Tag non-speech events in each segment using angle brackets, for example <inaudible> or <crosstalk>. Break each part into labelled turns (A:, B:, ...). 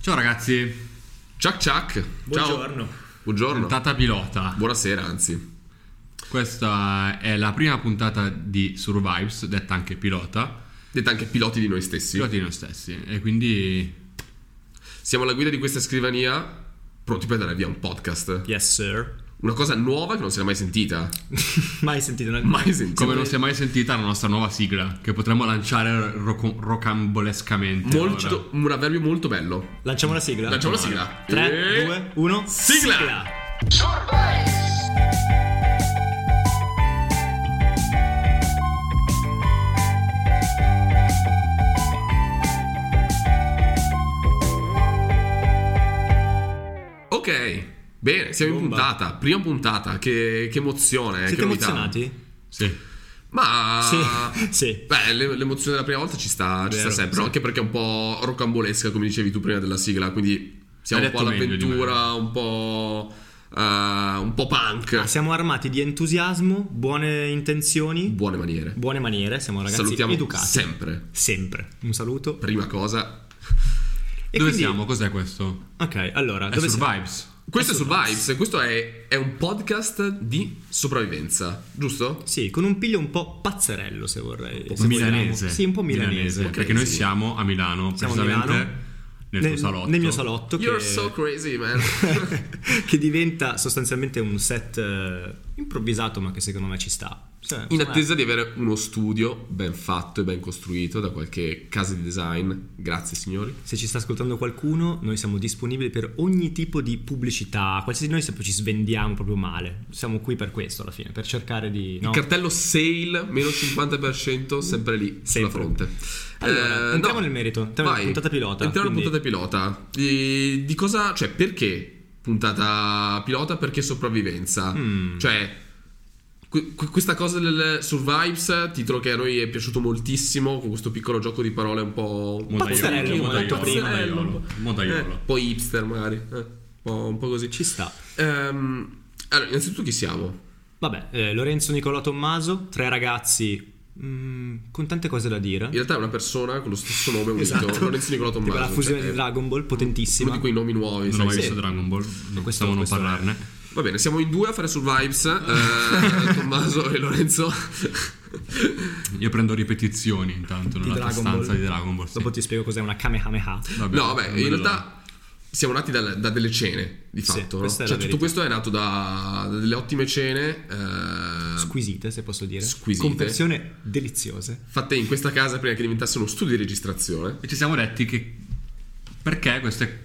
A: Ciao ragazzi,
B: Ciak ciak.
C: Buongiorno.
B: Ciao. Buongiorno.
A: puntata pilota.
B: Buonasera, anzi.
A: Questa è la prima puntata di Survives, detta anche pilota,
B: Detta anche piloti di noi stessi.
A: piloti di noi stessi. E quindi
B: Siamo alla guida di questa scrivania, pronti per dare via un podcast.
C: Yes, sir.
B: Una cosa nuova che non si era mai sentita.
C: Mai sentito una...
B: Mai sentita.
A: come non si è mai sentita la nostra nuova sigla che potremmo lanciare roco- rocambolescamente.
B: Molto-
A: ora.
B: un avverbio molto bello.
C: Lanciamo la sigla.
B: Lanciamo la sigla.
C: 3,
B: E-
C: 2, 1.
B: Sigla! Eh, Ok, bene, siamo in
C: Bomba.
B: puntata. Prima puntata, che, che emozione. eh,
C: Siete
B: che novità. Ah.
C: emozionati?
A: Sì.
B: Ma...
C: Sì, <laughs> sì.
B: Beh, le- l'emozione della prima volta ci sta, ci sta
C: Vero,
B: sempre,
C: sì.
B: no? anche perché è un po' rocambolesca, come dicevi tu prima della sigla, quindi siamo
A: Hai
B: un po'
A: detto meglio di
B: all'avventura, un po'... eh, un po' punk,
C: Siamo armati di entusiasmo, buone intenzioni,
B: buone maniere.
C: buone maniere. Siamo ragazzi
B: Salutiamo
C: educati.
B: sempre.
C: Sempre. Un saluto.
B: Prima cosa,
C: E
A: Dove
C: quindi-
A: siamo? Cos'è questo?
C: Ok, allora.
A: È
C: dove siamo?
A: Survives.
B: questo è Survives, questo è, è un podcast di sopravvivenza, giusto?
C: Sì, con un piglio un po' pazzerello, se vorrei. Eh, se vogliamo.
A: Milanese.
C: Sì, un po' milanese.
B: Ok,
A: perché noi
B: sì.
A: siamo a Milano,
C: Siamo a
A: precisamente
C: Milano.
A: nel tuo salotto.
C: Nel mio salotto.
B: You're
C: che...
B: so crazy,
C: <laughs>
B: man.
C: che diventa sostanzialmente un set eh, improvvisato, ma che secondo me ci sta. Cioè,
B: In
C: insomma,
B: attesa di avere uno studio ben fatto e ben costruito da qualche casa di design, grazie signori.
C: Se ci sta ascoltando qualcuno, noi siamo disponibili per ogni tipo di pubblicità. Qualsiasi noi sempre ci svendiamo proprio male. Siamo qui per questo alla fine, per cercare di. No?
B: Il cartello sale meno 50% sempre lì sulla
C: Sempre.
B: fronte.
C: Allora,
B: Eh,
C: entriamo nel merito, entriamo
B: Vai.
C: nella puntata pilota.
B: Entriamo nella
C: quindi-
B: puntata pilota. Di, di cosa, cioè perché puntata pilota? Perché sopravvivenza?
C: Mm.
B: Cioè que- que- questa cosa del Survives, titolo che a noi è piaciuto moltissimo con questo piccolo gioco di parole un po'
C: Pazzerello,
A: Modaiolo,
C: come ho detto prima.
B: Pazzerello, un
A: Modaiolo,
B: po'-
A: Modaiolo.
B: eh, poi hipster magari, eh, un, po', un po' così.
C: Ci sta.
B: Ehm, allora, innanzitutto chi siamo?
C: Vabbè, eh, Lorenzo Nicola Tommaso, tre ragazzi mm, con tante cose da dire.
B: In realtà è una persona con lo stesso nome unito,
C: Esatto.
B: Lorenzo Nicola
C: Tipo
B: Tommaso.
C: la fusione
B: cioè,
C: di Dragon Ball,
B: è Uno
C: potentissima.
B: di quei nomi nuovi.
A: Non ho
B: sai.
A: mai
C: Sì.
A: visto Dragon Ball, non
C: Questo-
A: possiamo non
C: questo è-
A: parlarne.
B: Va bene, siamo in due a fare Survives,
C: <laughs>
B: eh, Tommaso e Lorenzo.
A: Io prendo ripetizioni intanto
C: di
A: nella tua
C: Dragon
A: stanza
C: Ball.
A: di Dragon Ball. sì.
C: Dopo ti spiego cos'è una Kamehameha.
A: Vabbè,
B: No, vabbè,
A: non
B: in
A: vedo l'ora.
B: realtà siamo nati dal- da delle cene, di
C: Sì,
B: fatto. no?
C: questa
B: Cioè,
C: è la
B: tutto
C: verità.
B: questo è nato da, da delle ottime cene. eh,
C: Squisite, se posso dire.
B: Squisite.
C: Con persone deliziose.
B: Fatte in questa casa prima che diventasse uno studio di registrazione.
A: E ci siamo detti che perché questi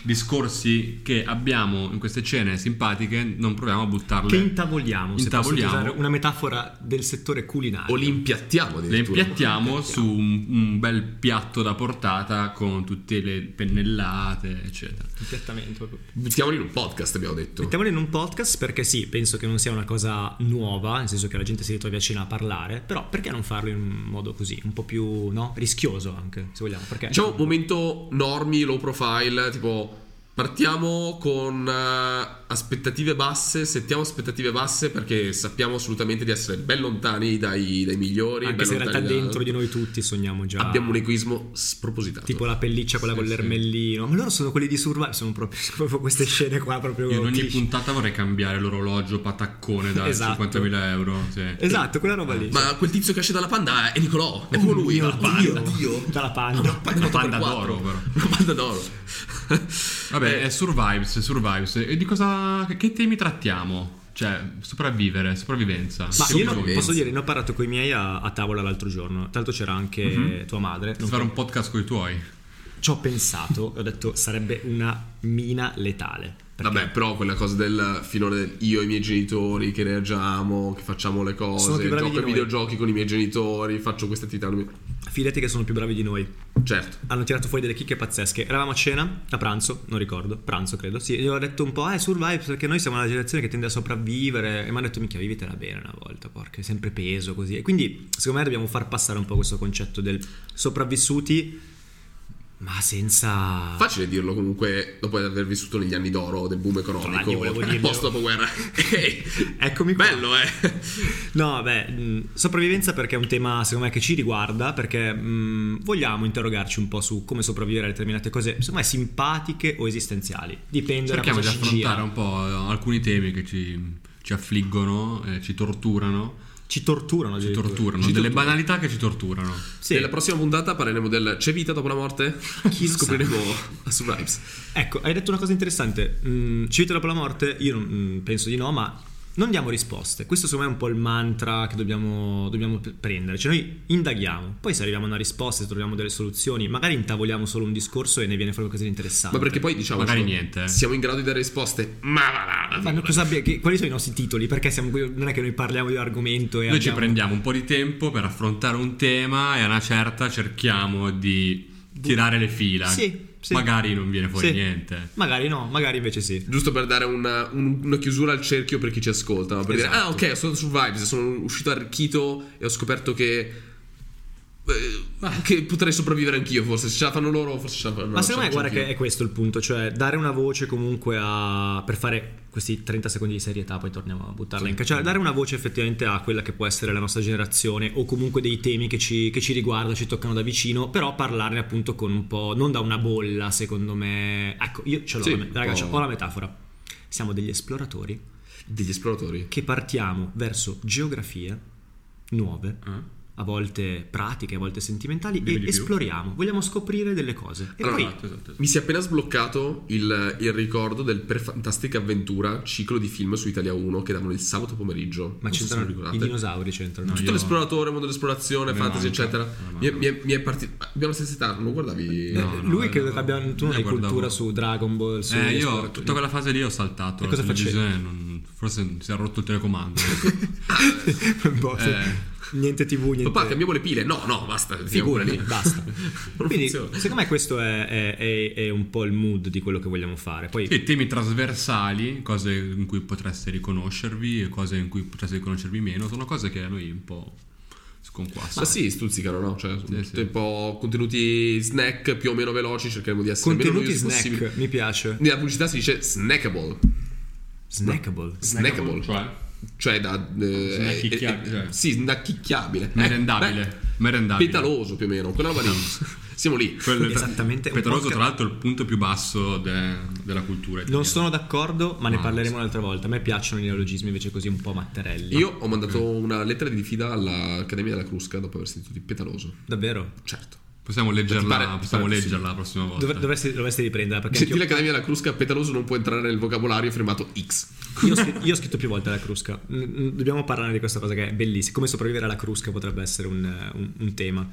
A: discorsi che abbiamo in queste cene simpatiche non proviamo a buttarle.
C: Che intavoliamo, se posso
A: Intavoliamo.
C: usare una metafora del settore culinario.
B: O li impiattiamo
A: le
B: addirittura.
A: impiattiamo su un, un bel piatto da portata con tutte le pennellate, eccetera.
C: Esattamente, proprio.
B: Buttiamoli in un podcast, abbiamo detto.
C: Mettiamolo in un podcast perché sì, penso che non sia una cosa nuova, nel senso che la gente si ritrovi a cena a parlare, però perché non farlo in un modo così, un po' più no? rischioso anche, se vogliamo, perché
B: Diciamo momento normi, low profile, tipo partiamo con eh, aspettative basse, settiamo aspettative basse perché sappiamo assolutamente di essere ben lontani dai, dai migliori.
C: anche
B: ben
C: se in
B: lontani
C: realtà
B: da-
C: dentro di noi tutti sogniamo già
B: abbiamo un egoismo spropositato.
C: tipo la pelliccia quella
A: Sì,
C: con
A: sì.
C: l'ermellino, ma loro sono quelli di Survive, sono proprio, <laughs> sono proprio queste scene qua proprio
A: Io in ogni
C: cliché.
A: puntata vorrei cambiare l'orologio pataccone da
C: Esatto.
A: 50.000 euro. sì.
C: Esatto, quella roba lì.
B: Ma quel tizio che esce dalla panda è Nicolò, è proprio lui.
C: Dio,
B: la panda,
C: Dio.
B: Dio.
C: Dalla panda.
B: Una panda,
A: Una panda
B: 4x4.
A: d'oro, però.
B: Una panda d'oro. Eh,
C: Eh.
A: Vabbè, è Survives, Survives. E di cosa. Che temi trattiamo? Cioè, sopravvivere, sopravvivenza.
C: Ma io non-
B: Sopravvivenza.
C: posso dire, ne ho parlato con i miei a, a tavola l'altro giorno. Tra l'altro c'era anche
B: Mhm.
C: tua madre.
A: Posso fare un podcast con i tuoi.
C: Ci ho pensato e ho detto sarebbe una mina letale. Perché
B: Vabbè, però quella cosa del filone del io e i miei genitori che reagiamo, che facciamo le
C: Sono
B: cose,
C: più bravi
B: gioco
C: di
B: ai
C: noi.
B: videogiochi con i miei genitori, faccio queste attività. non mi-
C: fidati che sono più bravi di noi.
B: Certo.
C: Hanno tirato fuori delle chicche pazzesche. Eravamo a cena, a pranzo, non ricordo, pranzo credo. Sì, e gli ho detto un po', eh, survive perché noi siamo una generazione che tende a sopravvivere. E mi hanno detto, minchia, vivitela bene una volta, porca, è sempre peso così. E quindi, secondo me, dobbiamo far passare un po' questo concetto del sopravvissuti Ma senza...
B: Facile dirlo comunque dopo aver vissuto negli anni d'oro del boom
C: Giovanni, volevo
B: economico,
C: dirglielo.
B: post
C: <laughs>
B: dopoguerra. Ehi,
C: Eccomi qua.
B: Bello, eh.
C: <laughs> No, beh, mh, sopravvivenza perché è un tema secondo me che ci riguarda, perché mh, vogliamo interrogarci un po' su come sopravvivere a determinate cose, insomma, simpatiche o esistenziali. Dipende da
A: Cerchiamo
C: cosa
A: di
C: ci gira.
A: affrontare un po' alcuni temi che ci, ci affliggono, eh, ci torturano.
C: Ci torturano,
A: Ci
C: addirittura.
A: torturano,
B: Ci
A: delle
B: torturano.
A: banalità che ci torturano.
C: Sì.
B: Nella prossima puntata parleremo del C'è vita dopo la morte?
C: Chi lo
B: Scopriremo a Survives.
C: Ecco, hai detto una cosa interessante. Mm, ci vita dopo la morte? Io non, mm, penso di no, ma non diamo risposte. Questo secondo me è un po' il mantra che dobbiamo, dobbiamo p- prendere. Cioè noi indaghiamo, poi se arriviamo a una risposta, se troviamo delle soluzioni, magari intavoliamo solo un discorso e ne viene fuori qualcosa di interessante.
B: Ma perché poi diciamo
A: Magari niente, eh.
B: siamo in grado di dare risposte. Ma va, va, va,
C: Ma no, cosa abbia- che- quali sono i nostri titoli? Perché siamo qui- non è che noi parliamo di un argomento e
A: Noi ci
C: abbiamo-
A: prendiamo un po' di tempo per affrontare un tema e a una certa cerchiamo di tirare le fila.
C: Sì, sì.
A: Magari non viene fuori
C: Sì.
A: niente.
C: Magari no, magari invece sì.
B: Giusto per dare una, un- una chiusura al cerchio per chi ci ascolta. ma Per dire, ah,
C: Esatto.
B: ok, sono su Vibes, sono uscito arricchito e ho scoperto che. eh, che potrei sopravvivere anch'io, forse. Se ce la fanno loro, forse ce la fanno
C: Ma secondo me,
B: ce la
C: guarda
B: faccio
C: che è questo il punto, cioè dare una voce comunque a... per fare questi 30 secondi di serietà, poi torniamo a buttarla in caccia, dare una voce effettivamente a quella che può essere la nostra generazione o comunque dei temi che ci, che ci riguardano, ci toccano da vicino, però parlarne appunto con un po', non da una bolla secondo me. Ecco, io ce l'ho,
B: Sì,
C: la me-
B: un
C: ragazzi,
B: po'.
C: ho la metafora. Siamo degli esploratori
B: anch'io. Degli esploratori.
C: che partiamo verso geografie nuove.
A: Eh?
C: a volte pratiche, a volte sentimentali,
A: Dimmi di più.
C: e esploriamo, vogliamo scoprire delle cose. E
B: Allora,
C: poi
A: Esatto, esatto, esatto.
B: Mi si è appena sbloccato il, il ricordo del Per Fantastica Avventura, ciclo di film su Italia 1 che davano il sabato pomeriggio.
C: Ma
B: Non so se
C: c'entrano
B: lo
C: i
B: ricordate.
C: dinosauri c'entrano.
A: No,
B: Tutto
A: io-
B: l'esploratore, mondo dell'esplorazione,
A: Me
B: fantasy,
A: manca,
B: eccetera.
A: me
B: Mi è,
A: manca.
B: mi è- mi è partito. Abbiamo la stessa età, non lo guardavi?
A: No,
C: Eh,
A: no,
C: lui
A: eh,
C: credo
A: no.
C: che abbia tu non
A: Io
C: hai
A: guardavo-
C: cultura su Dragon Ball, su
A: Eh, io
C: esploratori.
A: tutta quella fase lì ho saltato.
C: E
A: la
C: cosa facevi?
A: televisione, non- forse si è rotto il
C: <laughs>
A: telecomando.
C: Boh, sì.
A: Eh.
C: niente TV, niente
B: Papà, cambiamo le pile. No, no, basta. tiriamo quelle
C: figurati,
A: <laughs>
B: lì. <laughs>
C: basta.
B: Non
C: Quindi,
B: funziona.
C: secondo me questo è, è- è- è un po' il mood di quello che vogliamo fare. Poi
A: e temi trasversali, cose in cui potreste riconoscervi e cose in cui potreste riconoscervi meno, sono cose che a noi un po' sconquassano.
B: Ma sì, stuzzicano, no? Cioè, sono
A: Sì,
B: tutti
A: sì.
B: un po' contenuti snack più o meno veloci, cercheremo di essere meno
C: contenuti
B: noiosi
C: snack,
B: possibili.
C: mi piace.
B: Nella pubblicità si dice snackable,
C: Snackable.
B: snackable,
A: Cioè,
B: cioè da eh,
A: Snackicchia-
B: eh,
A: cioè.
B: sì, snackicchiabile,
A: merendabile.
B: Eh, beh,
A: merendabile.
B: petaloso più o meno, quella
C: <laughs>
B: roba lì. Siamo lì.
A: Quello è-
C: Esattamente, un
A: Petaloso,
C: podcast-
A: tra l'altro, è il punto più basso de- della cultura.
C: Non
A: italiana.
C: sono d'accordo, ma ne
A: No,
C: parleremo un'altra volta. A me piacciono i neologismi invece così un po' matterelli.
B: Io ho mandato una lettera di diffida all'Accademia della Crusca dopo aver sentito di petaloso.
C: Davvero?
B: Certo.
A: Possiamo leggerla,
B: Ti pare-
A: possiamo
B: ti pare-
A: leggerla la prossima volta.
C: Dov- dovresti, dovresti riprenderla perché
B: Senti
C: anch'io-
B: l'Accademia della Crusca, petaloso non può entrare nel vocabolario firmato X.
C: io, ho scritto, io ho scritto più volte la crusca. Mm, mm, Dobbiamo parlare di questa cosa che è bellissima. Come sopravvivere alla crusca potrebbe essere un, eh, un- un tema.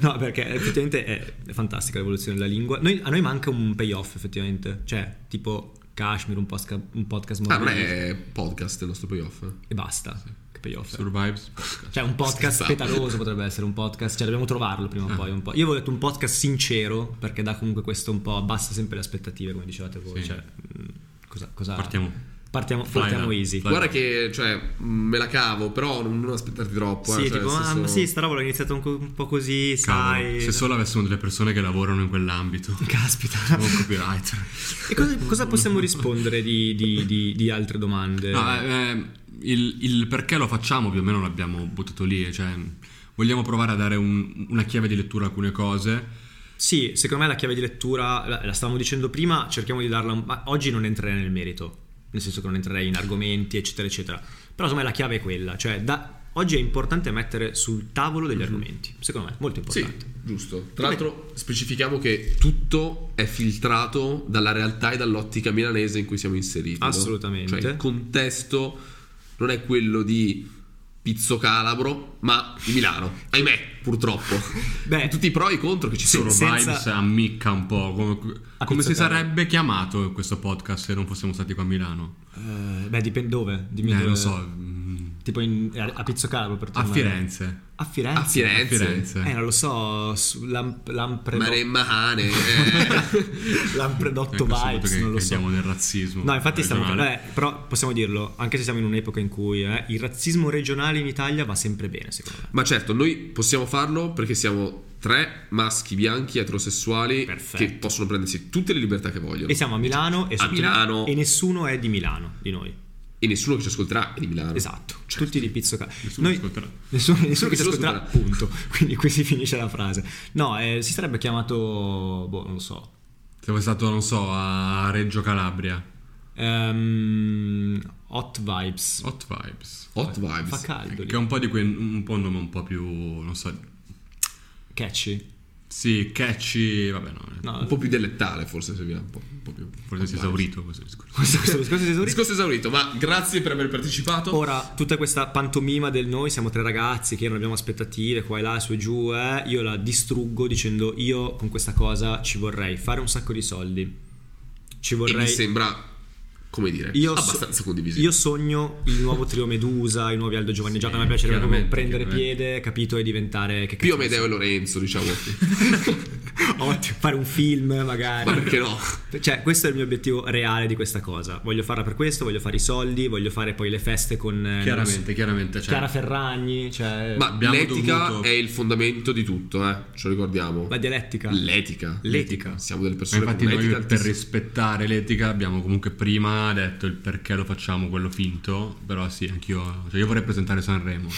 C: No, perché effettivamente è è fantastica l'evoluzione della lingua. Noi- a noi manca un payoff, effettivamente. Cioè, tipo Kashmir, un, posca- un podcast
B: Ah, non
C: mobile
B: è podcast il nostro payoff.
C: e basta. Che payoff. è?
A: Survives.
C: Cioè, un podcast
B: Scherzavo.
C: petaloso potrebbe essere un podcast. Cioè, dobbiamo trovarlo prima o poi. Un po'. Io avevo detto un podcast sincero, perché dà comunque questo un po'. Abbassa sempre le aspettative, come dicevate voi.
A: Sì.
C: Cioè, mm, cosa, cosa-
A: Partiamo.
C: Partiamo,
A: Fly
C: partiamo
A: down.
C: easy.
A: Fly-
B: Guarda che, cioè, mh, me la cavo, però non, non aspettarti troppo.
C: Sì,
B: eh, cioè,
C: tipo,
B: nel
C: ah,
B: senso-
C: ma sì, sta roba l'ho iniziata un, co- un po' così,
A: Cavolo,
C: sai.
A: se solo avessimo delle persone che lavorano in quell'ambito.
C: <laughs> Caspita.
A: Non copywriter.
C: E cosa, cosa possiamo rispondere di, di- di- di altre domande?
A: No, eh, eh, il, il perché lo facciamo più o meno l'abbiamo buttato lì, cioè vogliamo provare a dare un- una chiave di lettura a alcune cose.
C: Sì, secondo me la chiave di lettura, la, la stavamo dicendo prima, cerchiamo di darla, un- ma oggi non entrerei nel merito, nel senso che non entrerei in argomenti, eccetera, eccetera. Però secondo me la chiave è quella, cioè da- oggi è importante mettere sul tavolo
A: Mhm.
C: degli argomenti, secondo me, molto
B: Sì,
C: importante.
B: giusto. Tra l'altro specifichiamo che tutto è filtrato dalla realtà e dall'ottica milanese in cui siamo inseriti. no?
C: Assolutamente.
B: Cioè il contesto non è quello di Pizzo Calabro, ma di Milano. Ahimè, purtroppo.
C: Beh.
B: Tutti i pro e i contro che ci
C: Sì,
B: sono.
C: sì. Senza-
A: Vibes ammicca un po', come,
C: A
A: come
C: Pizzo
A: si
C: Calabro.
A: sarebbe chiamato questo podcast se non fossimo stati qua a Milano?
C: Eh, beh, dipende dove, dimmi
A: Eh,
C: dove-
A: non so, mm,
C: Tipo in- a, a Pizzo Calabro per
A: a
C: tornare.
A: Firenze.
C: A Firenze?
B: A Firenze.
A: A Firenze.
C: Eh, non lo so, su- l'am- Lampredo-
B: Maremmane.
C: <laughs> Lampredotto
A: Ecco, subito
C: Vibes,
A: che,
C: non lo
A: che
C: so.
A: Andiamo nel razzismo.
C: No, infatti stiamo
A: regionale.
C: eh, però possiamo dirlo, anche se siamo in un'epoca in cui eh, il razzismo regionale in Italia va sempre bene, secondo me.
B: ma certo, noi possiamo farlo perché siamo tre maschi bianchi eterosessuali
C: Perfetto.
B: che possono prendersi tutte le libertà che vogliono.
C: E siamo a Milano e,
B: A Milano.
C: e nessuno è di Milano, di noi.
B: E nessuno che ci ascolterà è di Milano.
C: Esatto, tutti di pizzo ca-
A: Nessuno
C: Noi-
A: ascolterà.
C: Nessuno, nessuno che ci
B: Nessuno
C: ascolterà, punto. <laughs> Quindi qui si finisce la frase. No, eh, si sarebbe chiamato, boh, non lo so.
A: Siamo stato, non so, a Reggio Calabria.
C: Ehm, hot Vibes.
A: Hot Vibes.
B: Hot vibes.
C: Fa caldo
A: Che
C: Ecco lì.
A: è un po' di quel un po' un nome un po' più, non so,
C: Catchy.
A: sì, catchy, vabbè no, eh.
C: No,
B: Un po' più dialettale, forse se via. Un po', un po' più.
A: forse si è
B: Hot vibes.
A: esaurito questo discorso.
C: questo, <laughs> questo discorso si è esaurito.
B: Discorso esaurito, ma grazie per aver partecipato.
C: Ora, tutta questa pantomima del noi siamo tre ragazzi che non abbiamo aspettative, qua e là, su e giù, eh, io la distruggo dicendo io con questa cosa ci vorrei fare un sacco di soldi. Ci
B: E mi
C: vorrei...
B: sembra, come dire,
C: Io so-
B: abbastanza condivisibile.
C: Io sogno il nuovo trio Medusa, i nuovi Aldo Giovanni
A: Sì,
C: Giacomo, a me piacerebbe proprio
A: chiaramente,
C: prendere
A: chiaramente.
C: piede, capito, e diventare... Che
B: Più
C: cazzo ne
B: Amedeo e Lorenzo,
C: <laughs>
B: diciamo.
C: so. Ottimo, fare un film magari.
B: ma perché no?
C: Cioè, questo è il mio obiettivo reale di questa cosa. Voglio farla per questo, voglio fare i soldi, voglio fare poi le feste con... eh, non so,
A: Chiaramente, chiaramente, cioè,
C: Chiara Ferragni, cioè...
B: Ma
A: Abbiamo
B: l'etica
A: dovuto-
B: è il fondamento di tutto, eh. Ce lo ricordiamo.
C: La dialettica.
B: L'etica.
C: L'etica.
B: Siamo delle
A: Ma
B: persone
A: infatti
B: con
A: noi
B: un'etica
A: per
B: altissima.
A: rispettare l'etica abbiamo comunque prima detto il perché lo facciamo quello finto, però sì, anch'io, cioè io vorrei presentare Sanremo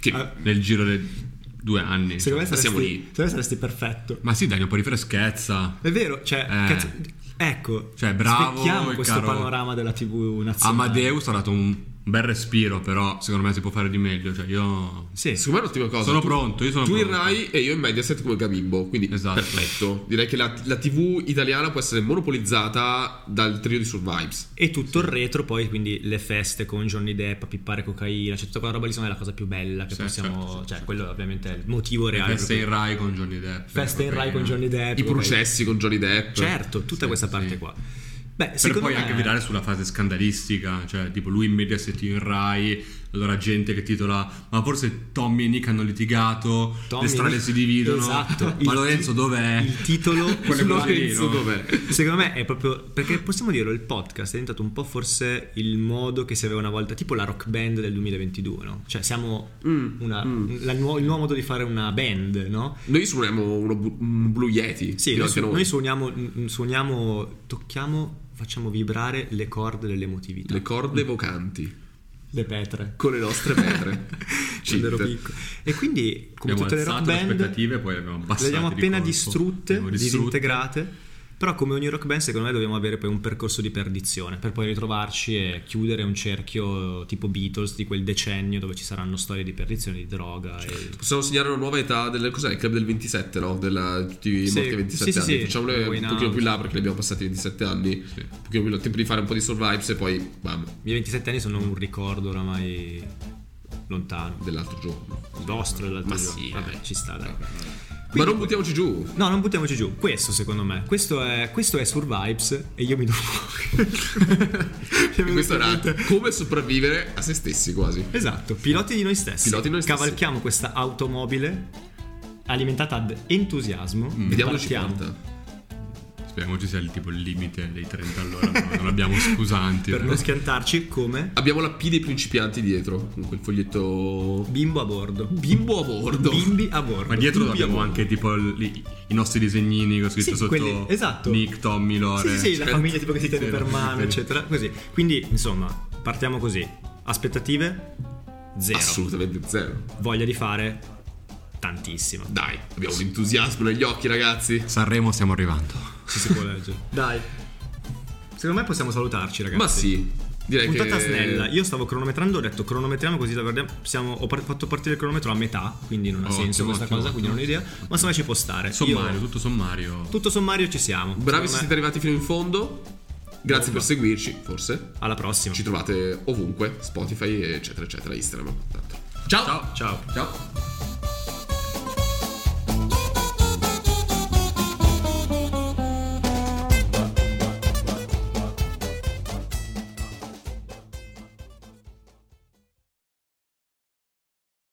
B: Che-
C: Ah,
A: nel giro di due anni.
C: Secondo
A: cioè.
C: me
B: Ma siamo
C: saresti,
B: lì.
C: secondo me saresti perfetto.
A: Ma sì, dai, un po' di freschezza.
C: È vero, cioè,
A: Eh.
C: cazzo, ecco,
A: Cioè, bravo,
C: specchiamo
A: il
C: questo
A: caro-
C: panorama della TV nazionale.
A: Amadeus ha dato un bel respiro, però secondo me si può fare di meglio, cioè io
C: Sì.
B: Secondo me è un'ottima cosa.
A: Sono
B: Tu-
A: pronto, io sono
B: Tu in
A: pronto.
B: Rai e io in Mediaset come Gabimbo, quindi
A: Esatto.
B: perfetto. Direi che la, la TV italiana può essere monopolizzata dal trio di Survives.
C: E tutto il retro, poi quindi le feste con Johnny Depp a pippare cocaina, cioè tutta quella roba lì secondo me è la cosa più bella che
A: Sì,
C: possiamo.
A: certo, sì,
C: cioè,
A: certo.
C: quello ovviamente è il motivo reale.
A: Festa
C: proprio.
A: in Rai con Johnny Depp.
C: Feste in Rai con Johnny Depp.
B: I
C: cocaina.
B: processi con Johnny Depp.
C: Eh, Certo, tutta
A: Sì,
C: questa parte
A: sì.
C: qua. Beh,
A: Per
C: secondo
A: poi
C: me-
A: anche virare sulla fase scandalistica, cioè tipo lui in Mediaset io in Rai, allora gente che titola ma forse Tommy e Nick hanno litigato,
C: Tommy-
A: le strade si dividono,
C: Esatto.
A: <laughs> ma
C: Il-
A: Lorenzo dov'è?
C: Il titolo
A: <laughs> Quelle
C: No,
A: cose lì,
B: Lorenzo
A: no?
B: dov'è?
C: Secondo me è proprio perché possiamo dirlo, il podcast è diventato un po' forse il modo che si aveva una volta, tipo la rock band del 2022, no? Cioè siamo
B: Mm,
C: una-
B: mm.
C: la nuo- il nuovo modo di fare una band, no?
B: Noi suoniamo uno bu- un Blue Yeti.
C: Sì,
B: fino
C: noi,
B: anche
C: su- noi suoniamo, mm, suoniamo, tocchiamo, facciamo vibrare le corde dell'emotività,
B: Le
C: le,
B: corde vocanti.
C: petre.
B: Con le
C: <laughs>
B: nostre pietre.
C: Quando ero
B: Cinte.
C: piccolo. E quindi, come
A: abbiamo
C: tutte le rock
A: alzato le
C: band,
A: aspettative e poi le abbiamo
C: Le
A: abbassate
C: abbiamo
A: di
C: appena
A: colpo. Le
C: distrutte,
A: abbiamo distrutte.
C: disintegrate. Però, come ogni rock band, secondo me dobbiamo avere poi un percorso di perdizione per poi ritrovarci e chiudere un cerchio tipo Beatles di quel decennio dove ci saranno storie di perdizione, di droga. E...
B: Possiamo segnare una nuova età del cos'è? Il club del 27, no? Della, tutti i
C: Sì,
B: morti a 27
C: sì, sì,
B: anni.
C: sì.
B: Facciamole
C: Wayne
B: un pochino
C: Out.
B: più là perché ne abbiamo passati 27 anni. Un pochino più là. Tempo di fare un po' di survives e poi bam,
C: I miei 27 anni sono un ricordo oramai lontano.
B: dell'altro giorno.
C: Vostro, dell'altro
B: Ma
C: giorno.
B: sì,
C: Vabbè,
B: vabbè.
C: ci sta, dai.
B: Ma non buttiamoci giù.
C: No, non buttiamoci giù. Questo, secondo me, questo è, questo è Survibes e io mi do fuori. Io mi do
B: Questo era
C: fuori.
B: come sopravvivere a se stessi quasi.
C: Esatto, piloti di noi stessi.
B: Piloti di noi stessi.
C: Cavalchiamo questa automobile alimentata ad entusiasmo.
A: Mm,
B: Vediamo dove ci
C: Mm, Partiamo.
B: porta.
A: Speriamo ci sia il tipo il limite dei 30 all'ora, no? non abbiamo scusanti.
C: <laughs> Per
A: però.
C: non schiantarci come
B: Abbiamo la P dei principianti dietro. Comunque il foglietto.
C: bimbo a bordo.
B: Bimbo a bordo.
C: Bimbi a bordo.
A: Ma dietro
C: Bimbi
A: abbiamo
C: a bordo.
A: anche tipo li- i nostri disegnini che ho scritto
C: Sì,
A: sotto
C: quelli- esatto.
A: Nick, Tommy, Lore.
C: Sì, sì, sì, la
B: Certo.
C: famiglia tipo che si tiene
A: Sì,
C: per
A: sì,
C: mano,
A: sì.
C: eccetera. Così. Quindi, insomma, partiamo così. Aspettative? Zero.
B: Assolutamente zero.
C: Voglia di fare? Tantissima.
B: Dai, abbiamo un entusiasmo negli occhi, ragazzi.
A: Sanremo stiamo arrivando.
C: Se si può leggere. Dai. Secondo me possiamo salutarci, ragazzi.
B: Ma sì, direi
C: Puntata
B: che.
C: snella, io stavo cronometrando, ho detto cronometriamo così da guardiamo. siamo- ho par- fatto partire il cronometro a metà, quindi non ha
A: Ottimo,
C: senso questa
A: ottimo,
C: cosa, quindi non ho
A: ottimo,
C: idea. Ma insomma ci può stare.
A: Sommario,
C: Io-
A: tutto sommario.
C: tutto sommario ci siamo.
B: Bravi
C: Secondo
B: se
C: me-
B: siete arrivati fino in fondo. Grazie per seguirci, forse.
C: Alla prossima.
B: Ci trovate ovunque, Spotify, eccetera, eccetera, Instagram. Tanto.
A: Ciao.
C: Ciao.
A: Ciao.